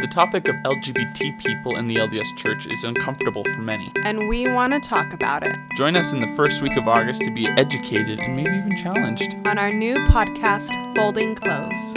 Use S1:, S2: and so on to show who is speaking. S1: The topic of LGBT people in the LDS Church is uncomfortable for many.
S2: and we want to talk about it
S1: Join us in the first week of August to be educated and maybe even challenged.
S2: on our new podcast, Folding Clothes.